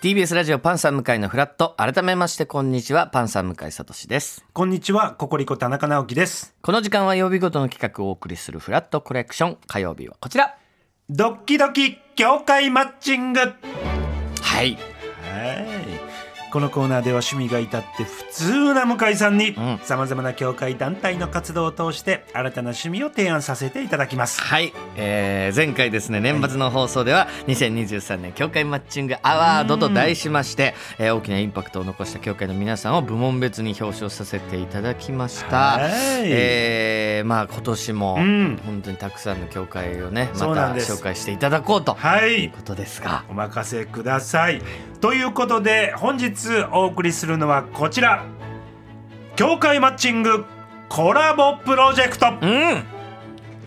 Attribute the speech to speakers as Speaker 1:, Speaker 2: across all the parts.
Speaker 1: TBS ラジオパンサー向井のフラット改めましてこんにちはパンサー向井聡です
Speaker 2: こんにちは、ココリコ田中直樹です。
Speaker 1: この時間は曜日ごとの企画をお送りするフラットコレクション火曜日はこちら
Speaker 2: ドッキドキ業界マッチング。は
Speaker 1: はい、
Speaker 2: い。このコーナーでは趣味が至って普通な向井さんに
Speaker 1: ん
Speaker 2: さまざまな業界団体の活動を通して新たな趣味を提案させていただきます。
Speaker 1: はいえー、前回ですね年末の放送では2023年協会マッチングアワードと題しまして、えー大きなインパクトを残した協会の皆さんを部門別に表彰させていただきました
Speaker 2: はい
Speaker 1: えーまあ今年も
Speaker 2: うん
Speaker 1: 本当にたくさんの協会をね
Speaker 2: そ
Speaker 1: ま
Speaker 2: うな
Speaker 1: た
Speaker 2: んです
Speaker 1: 紹介していただこうと
Speaker 2: はいいう
Speaker 1: ことですが
Speaker 2: お任せください。ということで本日お送りするのはこちら。業界マッチングコラボプロジェクト。
Speaker 1: うん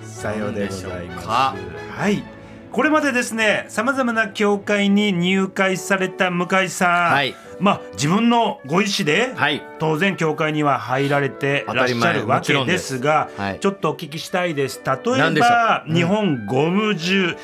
Speaker 2: さようでございます。
Speaker 1: か
Speaker 2: はい。これまでですね、さまざまな教会に入会された向井さん、
Speaker 1: はい
Speaker 2: まあ自分のご意思で、
Speaker 1: はい
Speaker 2: 当然教会には入られてらっしゃる
Speaker 1: 当たり前も
Speaker 2: わ
Speaker 1: ちろ
Speaker 2: け
Speaker 1: んで
Speaker 2: ですすが、
Speaker 1: はい
Speaker 2: ちょっとお聞きしたいです。例
Speaker 1: 何
Speaker 2: え
Speaker 1: でしょ
Speaker 2: ば、日本ゴム銃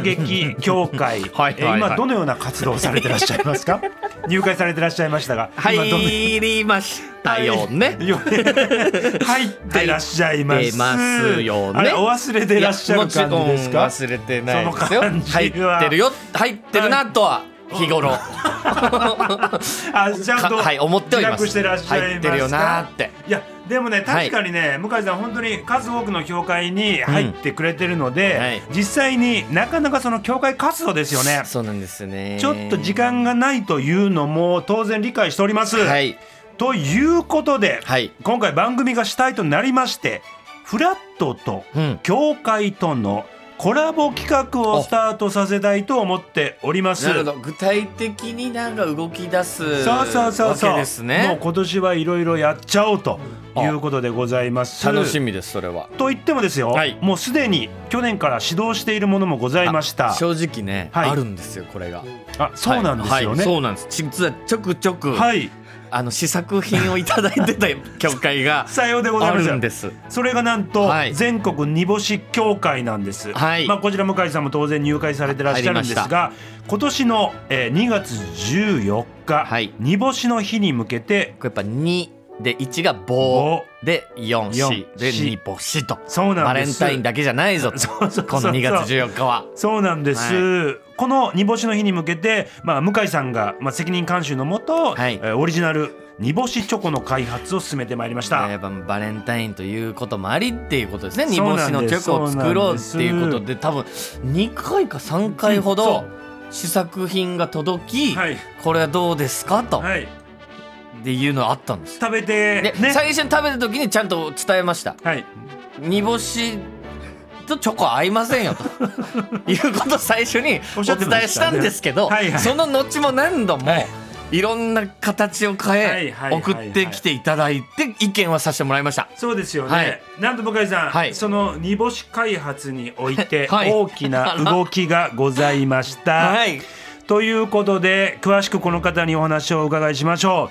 Speaker 2: 撃協会、
Speaker 1: はい
Speaker 2: えー
Speaker 1: はいはい
Speaker 2: 今どのような活動をされてらっしゃいま すか？入会されてらっしゃいましたが、今どの
Speaker 1: 入りましたよね、
Speaker 2: よ 入ってらっしゃいます。
Speaker 1: 入ってますよね
Speaker 2: あれお忘れてらっしゃる感じですか？
Speaker 1: いやもちろん忘れてないですよ
Speaker 2: その感じ
Speaker 1: 入
Speaker 2: は
Speaker 1: ってるよ入ってるなとは日頃
Speaker 2: あちゃんと
Speaker 1: かはい思っております
Speaker 2: 自覚してらっしゃいますか
Speaker 1: 入ってるよなって
Speaker 2: いやでもね確かにね、向井さん本当に数多くの教会に入ってくれてるので、
Speaker 1: うんはい
Speaker 2: 実際になかなかその教会活動ですよね
Speaker 1: そうなんですよね
Speaker 2: ちょっと時間がないというのも当然理解しております、
Speaker 1: はい
Speaker 2: ということで、
Speaker 1: はい
Speaker 2: 今回番組が主体となりましてフラットと
Speaker 1: うん
Speaker 2: 教会とのコラボ企画をスタートさせたいと思っております。
Speaker 1: なるほど具体的になんか動き出す
Speaker 2: そうそうそうそう
Speaker 1: わけです
Speaker 2: もう
Speaker 1: ね
Speaker 2: 今年はいろいろやっちゃおうということでございます
Speaker 1: 楽しみですそれは
Speaker 2: と言ってもですよ、
Speaker 1: はい
Speaker 2: もうすでに去年から指導しているものもございました
Speaker 1: 正直ね、
Speaker 2: はい
Speaker 1: あるんですよこれが
Speaker 2: あそうなんですよ
Speaker 1: はいはい
Speaker 2: ね
Speaker 1: そうなんです実はちょくちょく、
Speaker 2: はい、
Speaker 1: あの試作品をいただいてた教会が
Speaker 2: さようでござい
Speaker 1: あ
Speaker 2: ま
Speaker 1: るん
Speaker 2: す
Speaker 1: です
Speaker 2: それがなんと
Speaker 1: はい
Speaker 2: 全国煮干し協会なんです、
Speaker 1: はい
Speaker 2: まあ、こちら向井さんも当然入会されてらっしゃるんです
Speaker 1: 入り
Speaker 2: が今年の、えー2月14日、
Speaker 1: はい
Speaker 2: 煮干しの日に向けて
Speaker 1: これやっぱ2で1が棒で4四
Speaker 2: 四
Speaker 1: で
Speaker 2: 四
Speaker 1: 2ぼしと
Speaker 2: そうなん
Speaker 1: バレ
Speaker 2: で
Speaker 1: ン
Speaker 2: す
Speaker 1: タインだけじゃないぞと
Speaker 2: そうそうそう
Speaker 1: この2月14日は
Speaker 2: そうなんです、この煮干しの日に向けて、まあ、向井さんが、まあ、責任監修のもと、
Speaker 1: はい
Speaker 2: えーオリジナル煮干しチョコの開発を進めてまいりました、
Speaker 1: やっぱバレンタインということもありっていうことですね煮
Speaker 2: そう
Speaker 1: 干
Speaker 2: な
Speaker 1: し
Speaker 2: ん
Speaker 1: の
Speaker 2: です
Speaker 1: チョコを作ろうっていうこ
Speaker 2: そ
Speaker 1: と
Speaker 2: うなん
Speaker 1: で多分2回か3回ほど試作品が届き、
Speaker 2: はい、
Speaker 1: これはどうですかと、
Speaker 2: はい、
Speaker 1: っていうのあったんです
Speaker 2: 食べ
Speaker 1: で
Speaker 2: て、ね
Speaker 1: 最初に食べた時にちゃんと伝えました
Speaker 2: はい、
Speaker 1: 煮干しとチョコ合いませんよ ということを最初にお
Speaker 2: おっしゃってましたね
Speaker 1: 伝えしたんですけど、
Speaker 2: はいはい
Speaker 1: その後も何度も、いろんな形を変え
Speaker 2: はいはいはいはい
Speaker 1: 送ってきていただいて意見はさせてもらいました。
Speaker 2: そうですよね、
Speaker 1: はい
Speaker 2: なんと向井さん、
Speaker 1: はい
Speaker 2: その煮干し開発において
Speaker 1: はい
Speaker 2: 大きな動きがございました、
Speaker 1: はい、
Speaker 2: ということで詳しくこの方にお話をお伺いしましょ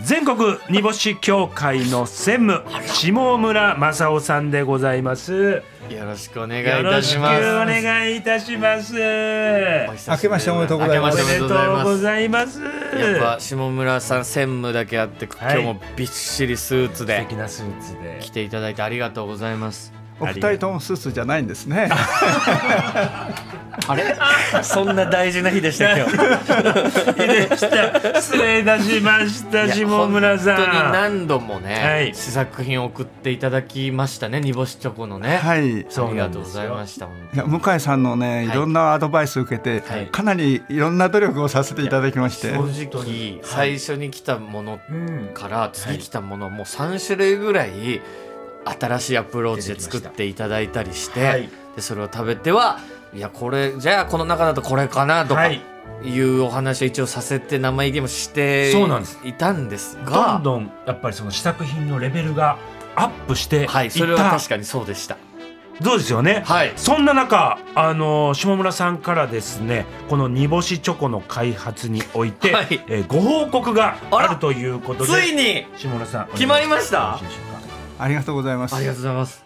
Speaker 2: う全国煮干し協会の専務下村正夫さんでございます
Speaker 1: よろしくお願いい
Speaker 2: よろ
Speaker 1: た
Speaker 2: し
Speaker 1: し
Speaker 2: くお
Speaker 1: ます。
Speaker 2: 願いいたします。
Speaker 1: お久しぶり
Speaker 3: 明けましておめでとうございます
Speaker 1: 明けま
Speaker 2: お
Speaker 1: しておめで
Speaker 2: めで
Speaker 1: とうござい
Speaker 2: とう
Speaker 1: ま
Speaker 2: ご
Speaker 1: す。
Speaker 2: ざいます。
Speaker 1: やっぱ下村さん専務だけあって今
Speaker 2: はい
Speaker 1: 日もびっしりスーツ
Speaker 2: 素
Speaker 1: で
Speaker 2: 敵なスーツで
Speaker 1: 来ていただいてありがとうございます。
Speaker 3: お二人ともスーツじゃないんですね。
Speaker 1: あれそんな大事な日でした今日。
Speaker 2: でした。失礼いたしました
Speaker 1: いや
Speaker 2: 下村さん。
Speaker 1: 本当に何度もね、
Speaker 2: はい
Speaker 1: 試作品を送っていただきましたね煮干しチョコのね、
Speaker 3: はい。
Speaker 2: そ
Speaker 1: あ
Speaker 2: う
Speaker 1: り
Speaker 2: な
Speaker 1: が
Speaker 2: ん
Speaker 1: とう
Speaker 2: で
Speaker 1: ご
Speaker 2: す
Speaker 1: ざい
Speaker 2: よ
Speaker 1: ました本
Speaker 3: いや向井さんのね、いろんなアドバイスを受けて、
Speaker 1: はい
Speaker 3: かなりいろんな努力をさせていただきまし
Speaker 1: 当
Speaker 3: て、
Speaker 1: に正直、最初に来たもの
Speaker 2: うん。
Speaker 1: から次来たもの、もう3種類ぐらい新しいアプローチで作っていただいたりして
Speaker 2: はい
Speaker 1: でそれを食べてはいやこれじゃあこの中だとこれかなとか
Speaker 2: はい
Speaker 1: いうお話を一応させて生意気もして
Speaker 2: そうなんです
Speaker 1: いたんですが
Speaker 2: どんどんやっぱりその試作品のレベルがアップしていった。
Speaker 1: はいそれは確かにそうでした。
Speaker 2: そうですよね。
Speaker 1: はい
Speaker 2: そんな中、あの下村さんからですね、この煮干しチョコの開発において、
Speaker 1: はい
Speaker 2: えーご報告が
Speaker 1: あ
Speaker 2: あ
Speaker 1: ら
Speaker 2: るということで、
Speaker 1: ついに
Speaker 2: 下村さん
Speaker 1: 決まりました
Speaker 2: お願いしますよろしいでしょうか
Speaker 3: ありがとうございます。
Speaker 1: ありがとうございます。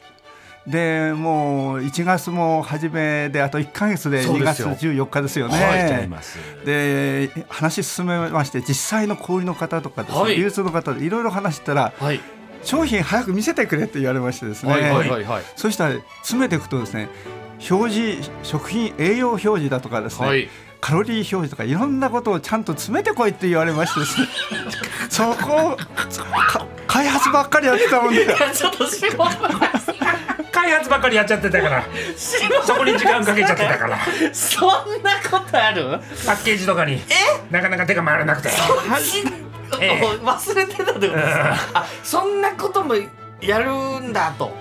Speaker 3: でもう1月も初めであと1か月で
Speaker 2: そう
Speaker 3: 2
Speaker 2: です
Speaker 3: 月
Speaker 2: よ
Speaker 3: 14日ですよね。
Speaker 2: はいちゃいます
Speaker 3: で話進めまして実際の小売りの方とかですね、
Speaker 1: はい
Speaker 3: 流通の方でいろいろ話したら
Speaker 1: はい
Speaker 3: 商品早く見せてくれって言われましてですね、
Speaker 1: はいはいはいはい
Speaker 3: そしたら詰めていくとですね表示食品栄養表示だとかですね、
Speaker 1: はい
Speaker 3: カロリー表示とかいろんなことをちゃんと詰めてこいって言われましてで すねそこをか開発ばっかりやってたもんで
Speaker 1: ちょっと下村さん
Speaker 2: 開発ばっかりやっちゃって たから
Speaker 1: 下村
Speaker 2: そこに時間かけちゃってたから
Speaker 1: そんなことある
Speaker 2: パッケージとかになかなか手が回らなくてええ
Speaker 1: 忘れてたってことですかあそんなこともやるんだと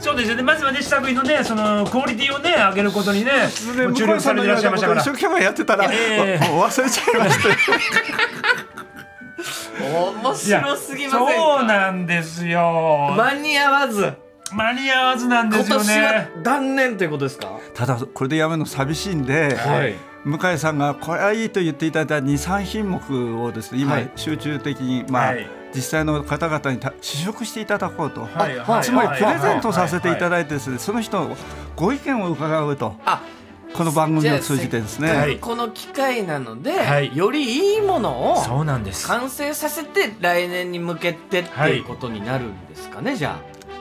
Speaker 2: そうですよねまずはね試作品のねそのクオリティをね上げることにねもう注力されていらっしゃいましたか
Speaker 3: 一
Speaker 2: ら
Speaker 3: 生懸命やってたら、
Speaker 2: ええ
Speaker 3: わもう忘れちゃいましたよ
Speaker 1: 面
Speaker 2: いや
Speaker 1: 白すぎません
Speaker 2: そう
Speaker 1: か
Speaker 2: なんですよ、
Speaker 1: 間に合わず
Speaker 2: 間に合わずなんで
Speaker 1: 今
Speaker 2: すよ
Speaker 1: 年
Speaker 2: ね
Speaker 1: は断念ということですか
Speaker 3: ただこれでやめるの寂しいんで、
Speaker 1: はい
Speaker 3: 向井さんがこれはいいと言っていただいた23品目をですね今、
Speaker 1: はい
Speaker 3: 集中的に、まあ
Speaker 2: はい
Speaker 3: 実際の方々にた試食していただこうと、
Speaker 2: はい
Speaker 1: はい
Speaker 3: つまりプレゼントさせていた
Speaker 2: い
Speaker 3: だいてですね、その人のご意見を伺うと
Speaker 1: あ
Speaker 3: この番組を通じてですね、
Speaker 1: じゃあ
Speaker 2: は
Speaker 1: せっ
Speaker 2: い
Speaker 1: かくこの機会なので、
Speaker 2: はい
Speaker 1: よりいいものを
Speaker 2: そうなんです
Speaker 1: 完成させて来年に向けてって
Speaker 2: はい
Speaker 1: いうことになるんですかね、じゃ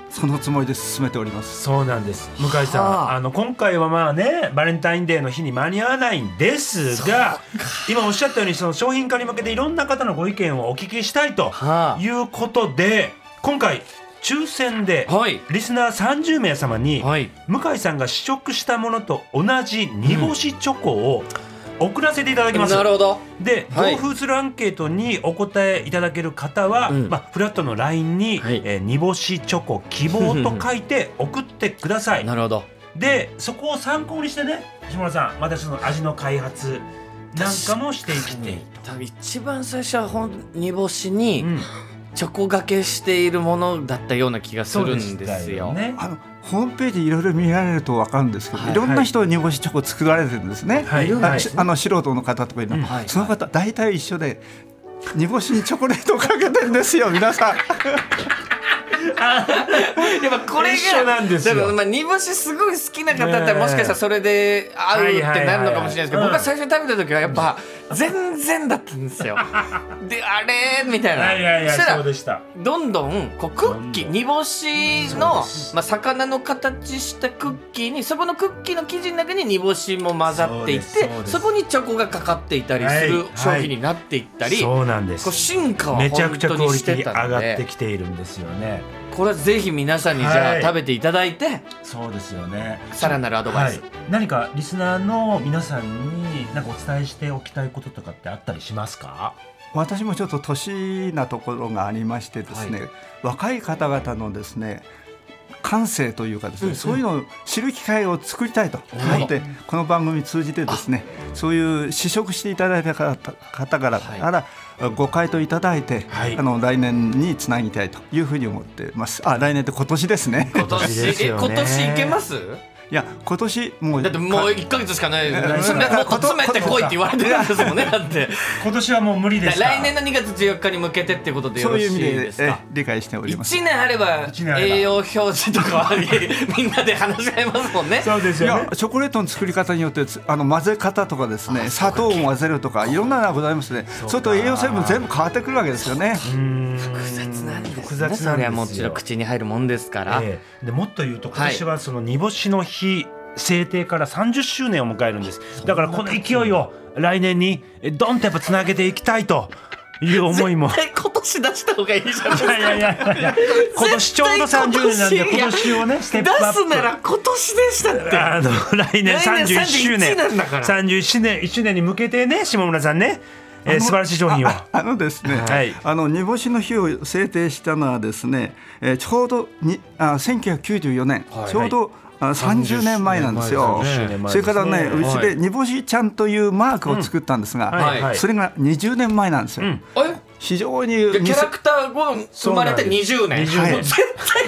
Speaker 3: そのつもりで進めております。
Speaker 2: そうなんです向井さん、
Speaker 1: はあ
Speaker 2: あ、の今回はまあねバレンタインデーの日に間に合わないんですが今おっしゃったようにその商品化に向けていろんな方のご意見をお聞きしたいと
Speaker 1: あは
Speaker 2: いうことで今回抽選で
Speaker 1: はい
Speaker 2: リスナー30名様に
Speaker 1: はい
Speaker 2: 向井さんが試食したものと同じ煮干しチョコを送らせていただきます。
Speaker 1: なるほど
Speaker 2: で、
Speaker 1: はい
Speaker 2: 同封するアンケートにお答えいただける方は、
Speaker 1: うん
Speaker 2: まあ、フラットの LINE に、
Speaker 1: はい
Speaker 2: えー煮干しチョコ希望と書いて送ってくださ い
Speaker 1: なるほど
Speaker 2: でそこを参考にしてね下村さんまたその味の開発なんかもしていきている
Speaker 1: 多分一番最初はほん煮干しに
Speaker 2: うん
Speaker 1: チョコがけしているものだったような気がするん
Speaker 2: そう
Speaker 1: ですよ。
Speaker 2: ね
Speaker 3: あのホームページいろいろ見られると分かるんですけど、
Speaker 1: はい
Speaker 3: い、ろんな人に煮干しチョコ作られてるんですね、
Speaker 2: はい
Speaker 3: あ
Speaker 2: はい
Speaker 3: しあの素人の方とかいるの、
Speaker 2: うん
Speaker 1: はい
Speaker 3: その方大体一緒で煮干しにチョコレートをかけてるんですよ皆さん
Speaker 1: やっぱこれが
Speaker 2: 一緒なんですよ
Speaker 1: だからまあ煮干しすごい好きな方だった
Speaker 2: ね
Speaker 1: ら
Speaker 2: え
Speaker 1: もしかしたらそれで合うってなるのかもしれないですけど、
Speaker 2: はいはいはいはい
Speaker 1: 僕は最初に食べた時はやっぱ全然だったんですよ。であれみたいな。
Speaker 2: はいはいはい
Speaker 1: そした
Speaker 2: そう
Speaker 1: ら
Speaker 2: でした
Speaker 1: どんどんこうクッキー
Speaker 2: どんどん
Speaker 1: 煮干し
Speaker 2: そう
Speaker 1: の
Speaker 2: です、
Speaker 1: まあ、魚の形したクッキーにそこのクッキーの生地の中に煮干しも混ざっていて
Speaker 2: そうですそう
Speaker 1: そ
Speaker 2: です
Speaker 1: こにチョコがかかっていたりする
Speaker 2: はい
Speaker 1: 商品になっていったり、
Speaker 2: そうなんで
Speaker 1: こう
Speaker 2: す
Speaker 1: 進化は
Speaker 2: めちゃ
Speaker 1: 本
Speaker 2: くちゃ
Speaker 1: 当
Speaker 2: クオ
Speaker 1: に
Speaker 2: リ
Speaker 1: し
Speaker 2: ティ
Speaker 1: て
Speaker 2: 上
Speaker 1: たの
Speaker 2: がって
Speaker 1: で
Speaker 2: きているんですよね
Speaker 1: これはぜひ皆さんにじゃ
Speaker 2: は
Speaker 1: あ
Speaker 2: い
Speaker 1: 食べていただいて
Speaker 2: そうですよね
Speaker 1: さらなるアドバイス、
Speaker 2: はい、何かリスナーの皆さんに何かお伝えしておきたいこととかってあったりしますか
Speaker 3: 私もちょっと年なところがありましてですね、
Speaker 1: は
Speaker 3: 若い方々のですね感性というかですね、
Speaker 1: うんうん
Speaker 3: そういうのを知る機会を作りたいと思って、この番組通じてですねそういう試食していただいた方方から
Speaker 1: はい
Speaker 3: からご回答いただいて、
Speaker 2: はい
Speaker 3: あの来年につなぎたいというふうに思ってますあ来年って今年です ね
Speaker 1: 今年
Speaker 2: 今年です
Speaker 1: え
Speaker 2: よね
Speaker 1: 今年いけます
Speaker 3: いや今年もう
Speaker 1: だってもう1か月しかないですよ
Speaker 3: か
Speaker 1: ねそれもっと詰めてこいって言われてるんですもんねだ って
Speaker 2: 今年はもう無理でした
Speaker 1: 来年の2月14日に向けてってことでよ
Speaker 3: そう
Speaker 1: ろし
Speaker 3: いう意
Speaker 1: い
Speaker 3: 味で
Speaker 1: ですか
Speaker 3: え理解しております
Speaker 1: 1年あれば
Speaker 2: 一年あれば
Speaker 1: 栄養表示とか はみんなで話し合いますもんね
Speaker 2: そうです
Speaker 3: い
Speaker 2: よ
Speaker 3: や
Speaker 2: ね
Speaker 3: チョコレートの作り方によってつあの混ぜ方とかですね砂糖を混ぜるとかいろんなのがございますね
Speaker 2: うか
Speaker 3: そうすると栄養成分全部変わってくるわけですよね
Speaker 2: 複
Speaker 1: 複雑なんですね
Speaker 2: 複雑なんですよ
Speaker 1: それはもちろん口に入るもんですから、
Speaker 2: ええでもっと言うと
Speaker 1: はい
Speaker 2: 今年はその煮干しの日、制定から30周年を迎えるんですだからこの勢いを来年にえドンとやっぱつなげていきたいという思いも
Speaker 1: 絶対今年出した方がいいじ ゃない
Speaker 2: いやいやいやいや今年ちょうど30年なんで今年をねステップアッ
Speaker 1: 出
Speaker 2: プ
Speaker 1: すなら今年でした って
Speaker 2: あの
Speaker 1: 来
Speaker 2: 来年
Speaker 1: 年
Speaker 2: 31周
Speaker 1: 31
Speaker 2: 年
Speaker 1: なんだから
Speaker 2: 31周年1周年に向けてね下村さんね、えー素晴らしい商品を
Speaker 3: ああのですね、
Speaker 2: はい
Speaker 3: あの煮干しの日を制定したのはですね、えーちょうどにあ1994年、
Speaker 1: はい
Speaker 3: ちょうどあ30年前なんですよ。
Speaker 2: 30年前ですね
Speaker 3: それからね、
Speaker 2: はいう
Speaker 3: ちで煮干しちゃんというマークを作ったんですが、
Speaker 2: はい
Speaker 1: はい
Speaker 3: それが20年前なんですよ。
Speaker 2: ん
Speaker 1: え
Speaker 3: 非常に
Speaker 1: キャラ
Speaker 3: ク
Speaker 1: クターを生まれて20年
Speaker 2: そう
Speaker 3: なんです20年
Speaker 1: もう絶対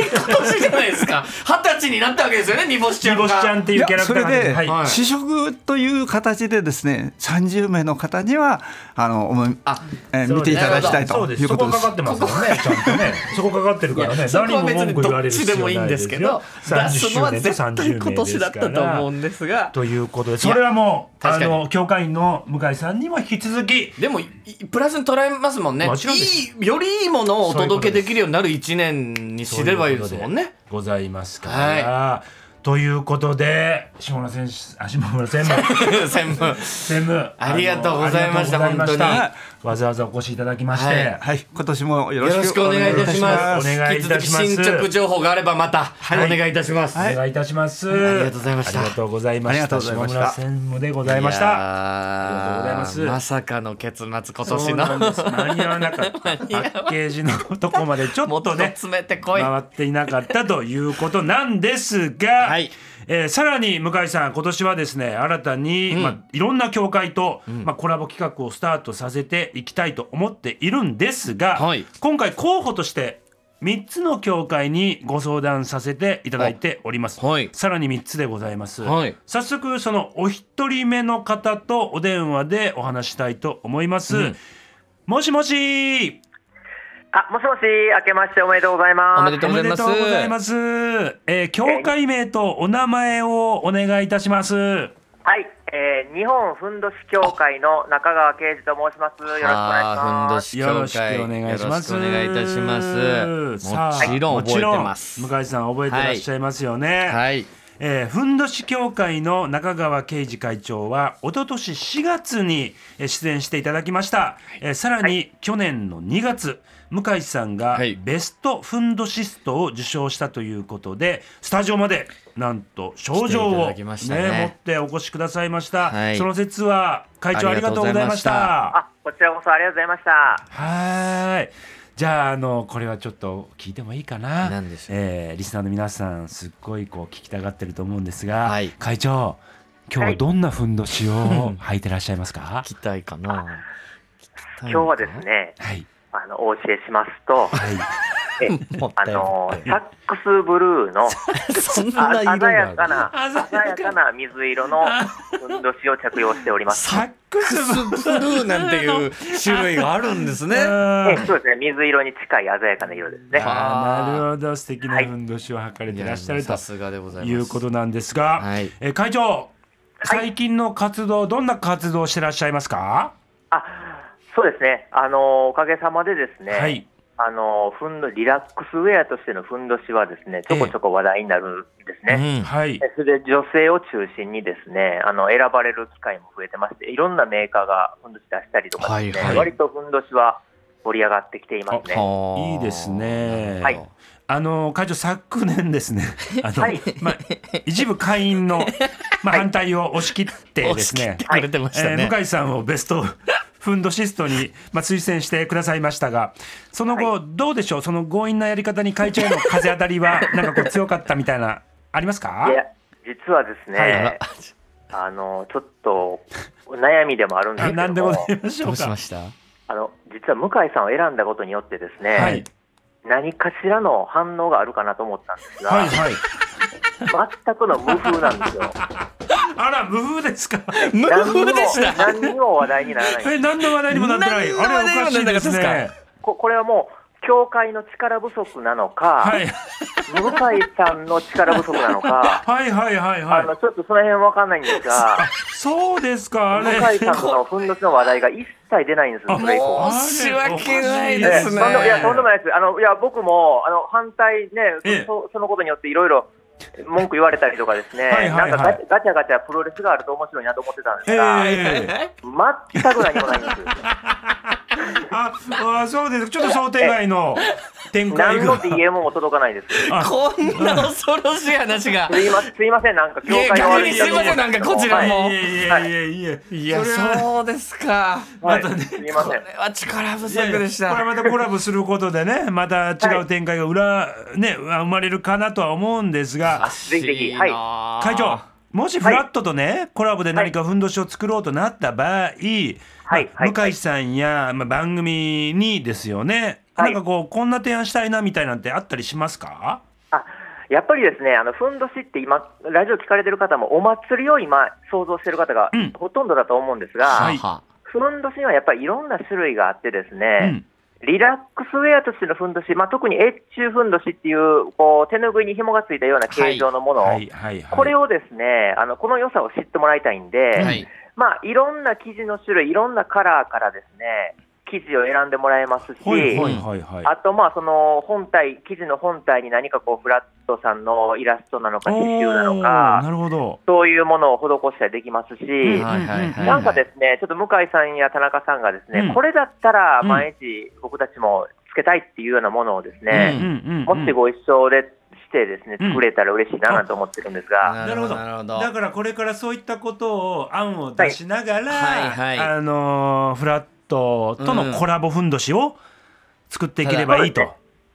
Speaker 1: 今年じゃないですか二十歳になったわけですよね 煮干しちゃ
Speaker 2: 煮
Speaker 1: んが
Speaker 2: 干しちゃんっていうキャラクターが
Speaker 3: それで、
Speaker 2: はい、
Speaker 1: はい
Speaker 3: 試食という形でですね30名の方にはあのおも
Speaker 1: あ
Speaker 3: えー見ていただきたいということです
Speaker 2: そうですそこかかってますからねちゃんとねそこかかってるから
Speaker 1: い
Speaker 2: ね
Speaker 1: やそこは
Speaker 2: 誰
Speaker 1: 別
Speaker 2: も
Speaker 1: に
Speaker 2: 文句言
Speaker 1: ど
Speaker 2: わ
Speaker 1: っ
Speaker 2: れる
Speaker 1: ち
Speaker 2: 必
Speaker 1: で
Speaker 2: 要
Speaker 1: もいいんですけど
Speaker 2: ない
Speaker 1: 出
Speaker 2: ですす
Speaker 1: の
Speaker 2: よ
Speaker 1: は
Speaker 2: 30周年と
Speaker 1: 絶
Speaker 2: 30
Speaker 1: 対今年だったと思う
Speaker 2: 年
Speaker 1: ん
Speaker 2: ですから
Speaker 1: ですが
Speaker 2: ということでそれはもうあ
Speaker 1: 確かに
Speaker 2: の教会員の向井さんにも引き続き
Speaker 1: でもいプラスに捉えますもんね
Speaker 2: もちろんです
Speaker 1: いいよりいいものをお届け
Speaker 2: そういうことです
Speaker 1: できるようになる一年に
Speaker 2: そ
Speaker 1: す
Speaker 2: うい
Speaker 1: れ
Speaker 2: うこ
Speaker 1: ば
Speaker 2: と
Speaker 1: いいですもんね
Speaker 2: ございますから、ということで下村選手あ下村専務
Speaker 1: 専務
Speaker 2: 専務
Speaker 1: ありがとうございました
Speaker 2: あのありがとうございま
Speaker 1: 本
Speaker 2: したわざわざお越しいただきまして、
Speaker 1: はい
Speaker 3: はい今年もよ
Speaker 1: よろ
Speaker 3: ろ
Speaker 1: し
Speaker 3: し
Speaker 1: く
Speaker 3: く
Speaker 1: お願いいたしま
Speaker 2: お
Speaker 1: す
Speaker 2: 願いいたします
Speaker 1: 引き続き進捗情報があればまた、お願いいたします、
Speaker 2: お願いいたします、
Speaker 1: ありがとうございました
Speaker 2: ありがとうございまし
Speaker 3: ありがと
Speaker 2: た
Speaker 3: うございました
Speaker 2: 下村専務でございまし
Speaker 1: やー
Speaker 2: たありがとうございます
Speaker 1: まさかの結末今
Speaker 2: そう
Speaker 1: 年
Speaker 2: なんで
Speaker 1: の
Speaker 2: す間に合わなかった パッケージのとこまでちょ
Speaker 1: も
Speaker 2: っ
Speaker 1: っと
Speaker 2: とね
Speaker 1: 詰めてこい
Speaker 2: 回っていなかったということなんです が、
Speaker 1: はい
Speaker 2: えーさらに向井さん今年はですね新たに、まあ、いろんな協会と、まあ、コラボ企画をスタートさせていきたいと思っているんですが、
Speaker 1: はい
Speaker 2: 今回候補として3つの協会にご相談させていただいております、
Speaker 1: はい
Speaker 2: さらに3つでございます、
Speaker 1: はい
Speaker 2: 早速そのお一人目の方とお電話でお話したいと思います、
Speaker 1: うん
Speaker 2: もしもし
Speaker 4: あ、もしもし、明けましておめでとうございます。
Speaker 1: おめでとう
Speaker 2: お
Speaker 1: ござい
Speaker 2: めで
Speaker 1: ます
Speaker 2: とうございます。えー、教会名とお名前をお願いいたします。よ
Speaker 4: はい、えー、日本ふんどし協会の中川啓二と申します。よろしくお願いし
Speaker 1: あーふんど
Speaker 4: ます。
Speaker 1: し
Speaker 2: ろ
Speaker 1: 協
Speaker 2: しく
Speaker 1: 会
Speaker 2: お願いします。
Speaker 1: よろしくお願いいたします
Speaker 2: さあ
Speaker 1: もちろん覚えてます
Speaker 2: もちろん向井さん覚えてらっしゃいますよね。
Speaker 1: はい
Speaker 2: えーふんどし協会の中川啓二会長は一昨年4月にえー出演していただきました、えーさらに、去年の2月向井さんが
Speaker 1: はい
Speaker 2: ベストふんどしストを受賞したということでスタジオまでなんと
Speaker 1: 来
Speaker 2: 賞状
Speaker 1: ていた
Speaker 2: を、
Speaker 1: だきましたね
Speaker 2: 持ってお越しくださいました、
Speaker 1: はい
Speaker 2: その説は会長あ
Speaker 1: あ
Speaker 2: り
Speaker 1: り
Speaker 2: が
Speaker 1: が
Speaker 2: と
Speaker 1: と
Speaker 2: う
Speaker 1: うご
Speaker 2: ござ
Speaker 1: ざ
Speaker 2: い
Speaker 1: い
Speaker 2: ま
Speaker 1: ま
Speaker 2: し
Speaker 1: したた
Speaker 4: あ、こちらこそありがとうございました。
Speaker 2: はーい。じゃあ、あの、これはちょっと聞いてもいいかな。
Speaker 1: 何でしょう
Speaker 2: えーリスナーの皆さん、すっごいこう聞きたがってると思うんですが、
Speaker 1: はい
Speaker 2: 会長。今日はどんなふんどしを履いてらっしゃいま すか。
Speaker 1: 期待かな
Speaker 4: 今日はですね、
Speaker 2: はい。
Speaker 4: あの、お教えします
Speaker 2: はい。
Speaker 4: と、え
Speaker 1: もっ
Speaker 4: あ
Speaker 1: たいない
Speaker 4: の、サックスブルーの、
Speaker 1: そん
Speaker 4: あ
Speaker 1: な色
Speaker 4: 鮮や
Speaker 1: が
Speaker 4: か
Speaker 1: ある
Speaker 4: な、鮮やかな水色のふんどしを着用しております。
Speaker 1: サックスブルーなんていう種類があるんですね
Speaker 2: あ
Speaker 4: え
Speaker 2: ー
Speaker 4: そうですね、水色に近い鮮やかな色ですね。
Speaker 1: は
Speaker 2: あー、なるほど、素敵なふんどしを履かれ
Speaker 1: い
Speaker 2: て
Speaker 1: や
Speaker 2: らっしゃると
Speaker 1: さ。すがでございます
Speaker 2: いうことなんですが、
Speaker 1: はい
Speaker 2: えー会長。最近の活動、どんな活動をしてらっしゃいますか。
Speaker 4: あ、そうですね、あの、おかげさまでですね、
Speaker 2: はい。
Speaker 4: あのふんどリラックスウェアとしてのふんどしはですねちょこちょこ話題になるんですね。
Speaker 1: うん
Speaker 2: はい。
Speaker 4: でそれで女性を中心にですねあの選ばれる機会も増えてましていろんなメーカーがふんどし出したりとかですね、
Speaker 1: はいはい
Speaker 4: 割とふんどしは盛り上がってきていますね。
Speaker 1: はい
Speaker 2: いですね。
Speaker 4: はい
Speaker 2: あの会長昨年ですね。 あの、
Speaker 4: はい
Speaker 2: まあ一部会 員のまあ反対を押し切って
Speaker 1: 押
Speaker 2: で
Speaker 1: し
Speaker 2: す
Speaker 1: 切っ
Speaker 2: ね
Speaker 1: て。くれてました
Speaker 2: えー
Speaker 1: ね
Speaker 2: 向井さんをベストフンドシストにまあ推薦してくださいましたが、その後どうでしょう。その強引なやり方に会長への風当た りはなんかこう強かったみたいなありますか
Speaker 4: い？や実はですね、
Speaker 2: はい
Speaker 1: あら
Speaker 4: あのちょっと悩みでもあるんですけ
Speaker 2: な
Speaker 4: ど
Speaker 2: んでご
Speaker 4: も
Speaker 2: ざいまし
Speaker 1: ど
Speaker 2: ょう
Speaker 1: うしま
Speaker 2: か。
Speaker 1: した
Speaker 4: あの実は向井さんを選んだことによってですね、
Speaker 2: はい
Speaker 4: 何かしらの反応があるかなと思ったんですが、
Speaker 2: はいはい。
Speaker 4: 全くの無風なんですよ。
Speaker 2: あら無風です か。
Speaker 1: 無
Speaker 4: 何にも
Speaker 1: 風でした
Speaker 4: 何にも話題にならない
Speaker 2: え何の話題にもなってない。
Speaker 1: 何の話題にも
Speaker 2: あれおかしいです
Speaker 1: ならなかったで
Speaker 2: ね。
Speaker 4: ここれはもう教会の力不足なのか、
Speaker 2: はい。
Speaker 4: 向井さんの力不足なのか、
Speaker 2: はいはいはい
Speaker 4: あ
Speaker 2: は
Speaker 4: のちょっとその辺わかんないんですが、
Speaker 2: い。そうですか、あれ。
Speaker 4: 向井さんとのふんどしの話題が一切出ないんですよ、それ以降。
Speaker 1: もう
Speaker 2: 申
Speaker 1: 申
Speaker 2: し
Speaker 1: し
Speaker 2: 訳
Speaker 1: 訳
Speaker 2: な
Speaker 1: ないい
Speaker 2: で
Speaker 1: ですす
Speaker 2: ね
Speaker 1: ね。
Speaker 4: ええとんでいや、とんでもないです。あの、いや、僕も、あの、反対
Speaker 2: ええ
Speaker 4: ね、そそのことによっていろいろ文句言われたりとかですね、
Speaker 2: はいはいはい
Speaker 4: なんかガチャガチャガチャプロレスがあると面白いなと思ってたんで
Speaker 2: え
Speaker 4: すが、
Speaker 2: え
Speaker 4: 全く何もないん ですよ。
Speaker 2: あ、あ、そうです。ちょっと想定外の展開
Speaker 4: 何の
Speaker 2: が。
Speaker 4: DM も届かないです。
Speaker 1: こんな恐ろしい話が。
Speaker 4: すいません、すいません、なんか、教会が悪い
Speaker 1: いや逆にすいませんなんかこちら
Speaker 4: はい
Speaker 1: も
Speaker 2: いやいやいやいや
Speaker 1: い
Speaker 2: い
Speaker 1: や、
Speaker 2: や。それは
Speaker 1: そうですか。
Speaker 4: はい
Speaker 2: またね
Speaker 4: すいま
Speaker 1: こ
Speaker 4: せん。
Speaker 1: れは力不
Speaker 2: いやいや
Speaker 1: 足でし
Speaker 2: これ
Speaker 1: た。
Speaker 2: またコラボすることでね、また違う展開が裏、ね、生まれるかなとは思うんですが、
Speaker 4: ぜひぜひ、はい。
Speaker 1: い。
Speaker 2: 会長、もしフラットとねコラボで何かふんどしを作ろうとなった場合、
Speaker 4: はいはい
Speaker 2: 向井さんや、まあ、番組にですよね、
Speaker 4: はい
Speaker 2: なんかこうこんな提案したいなみたいなんてあったりしますか
Speaker 4: あやっぱりですね、あのふんどしって今、ラジオ聞かれてる方も、お祭りを今、想像してる方が
Speaker 2: うん
Speaker 4: ほとんどだと思うんですが、
Speaker 2: はい
Speaker 1: は
Speaker 4: ふんどしにはやっぱりいろんな種類があってです
Speaker 2: う
Speaker 4: ね
Speaker 2: ん、
Speaker 4: リラックスウェアとしてのふんどし、まあ、特に越中ふんどしっていうこう手ぬぐいに紐がついたような形状のもの、
Speaker 2: はいはいはい
Speaker 4: これをですねあのこの良さを知ってもらいたいんで、
Speaker 1: はいは、い
Speaker 4: まあ、いろんな生地の種類、いろんなカラーからですね生地を選んでもらえますし、
Speaker 2: はいはいはいはい
Speaker 4: あと、まあ、その本体、生地の本体に何かこう、フラットさんのイラストなのか、
Speaker 2: お
Speaker 4: 刺
Speaker 2: ー
Speaker 4: 繍なのか、
Speaker 2: なるほど
Speaker 4: そういうものを施したりできますし、
Speaker 2: ん
Speaker 1: はいはいはい
Speaker 4: なんかですね、ちょっと向井さんや田中さんがですね、
Speaker 2: うん
Speaker 4: これだったら
Speaker 2: うん
Speaker 4: 毎日僕たちもつけたいっていうようなものをです
Speaker 2: う
Speaker 4: ね、
Speaker 2: んうんうん
Speaker 4: 持ってご一緒でしてですね、
Speaker 2: うん
Speaker 4: 作れたら嬉しいななんて思ってるんですが、
Speaker 1: なるほどなるほど
Speaker 2: だからこれからそういったことを案を出しながら、
Speaker 1: はいはいはい
Speaker 2: あのーフラットとのコラボふんどしを作っていければいいと、
Speaker 4: うん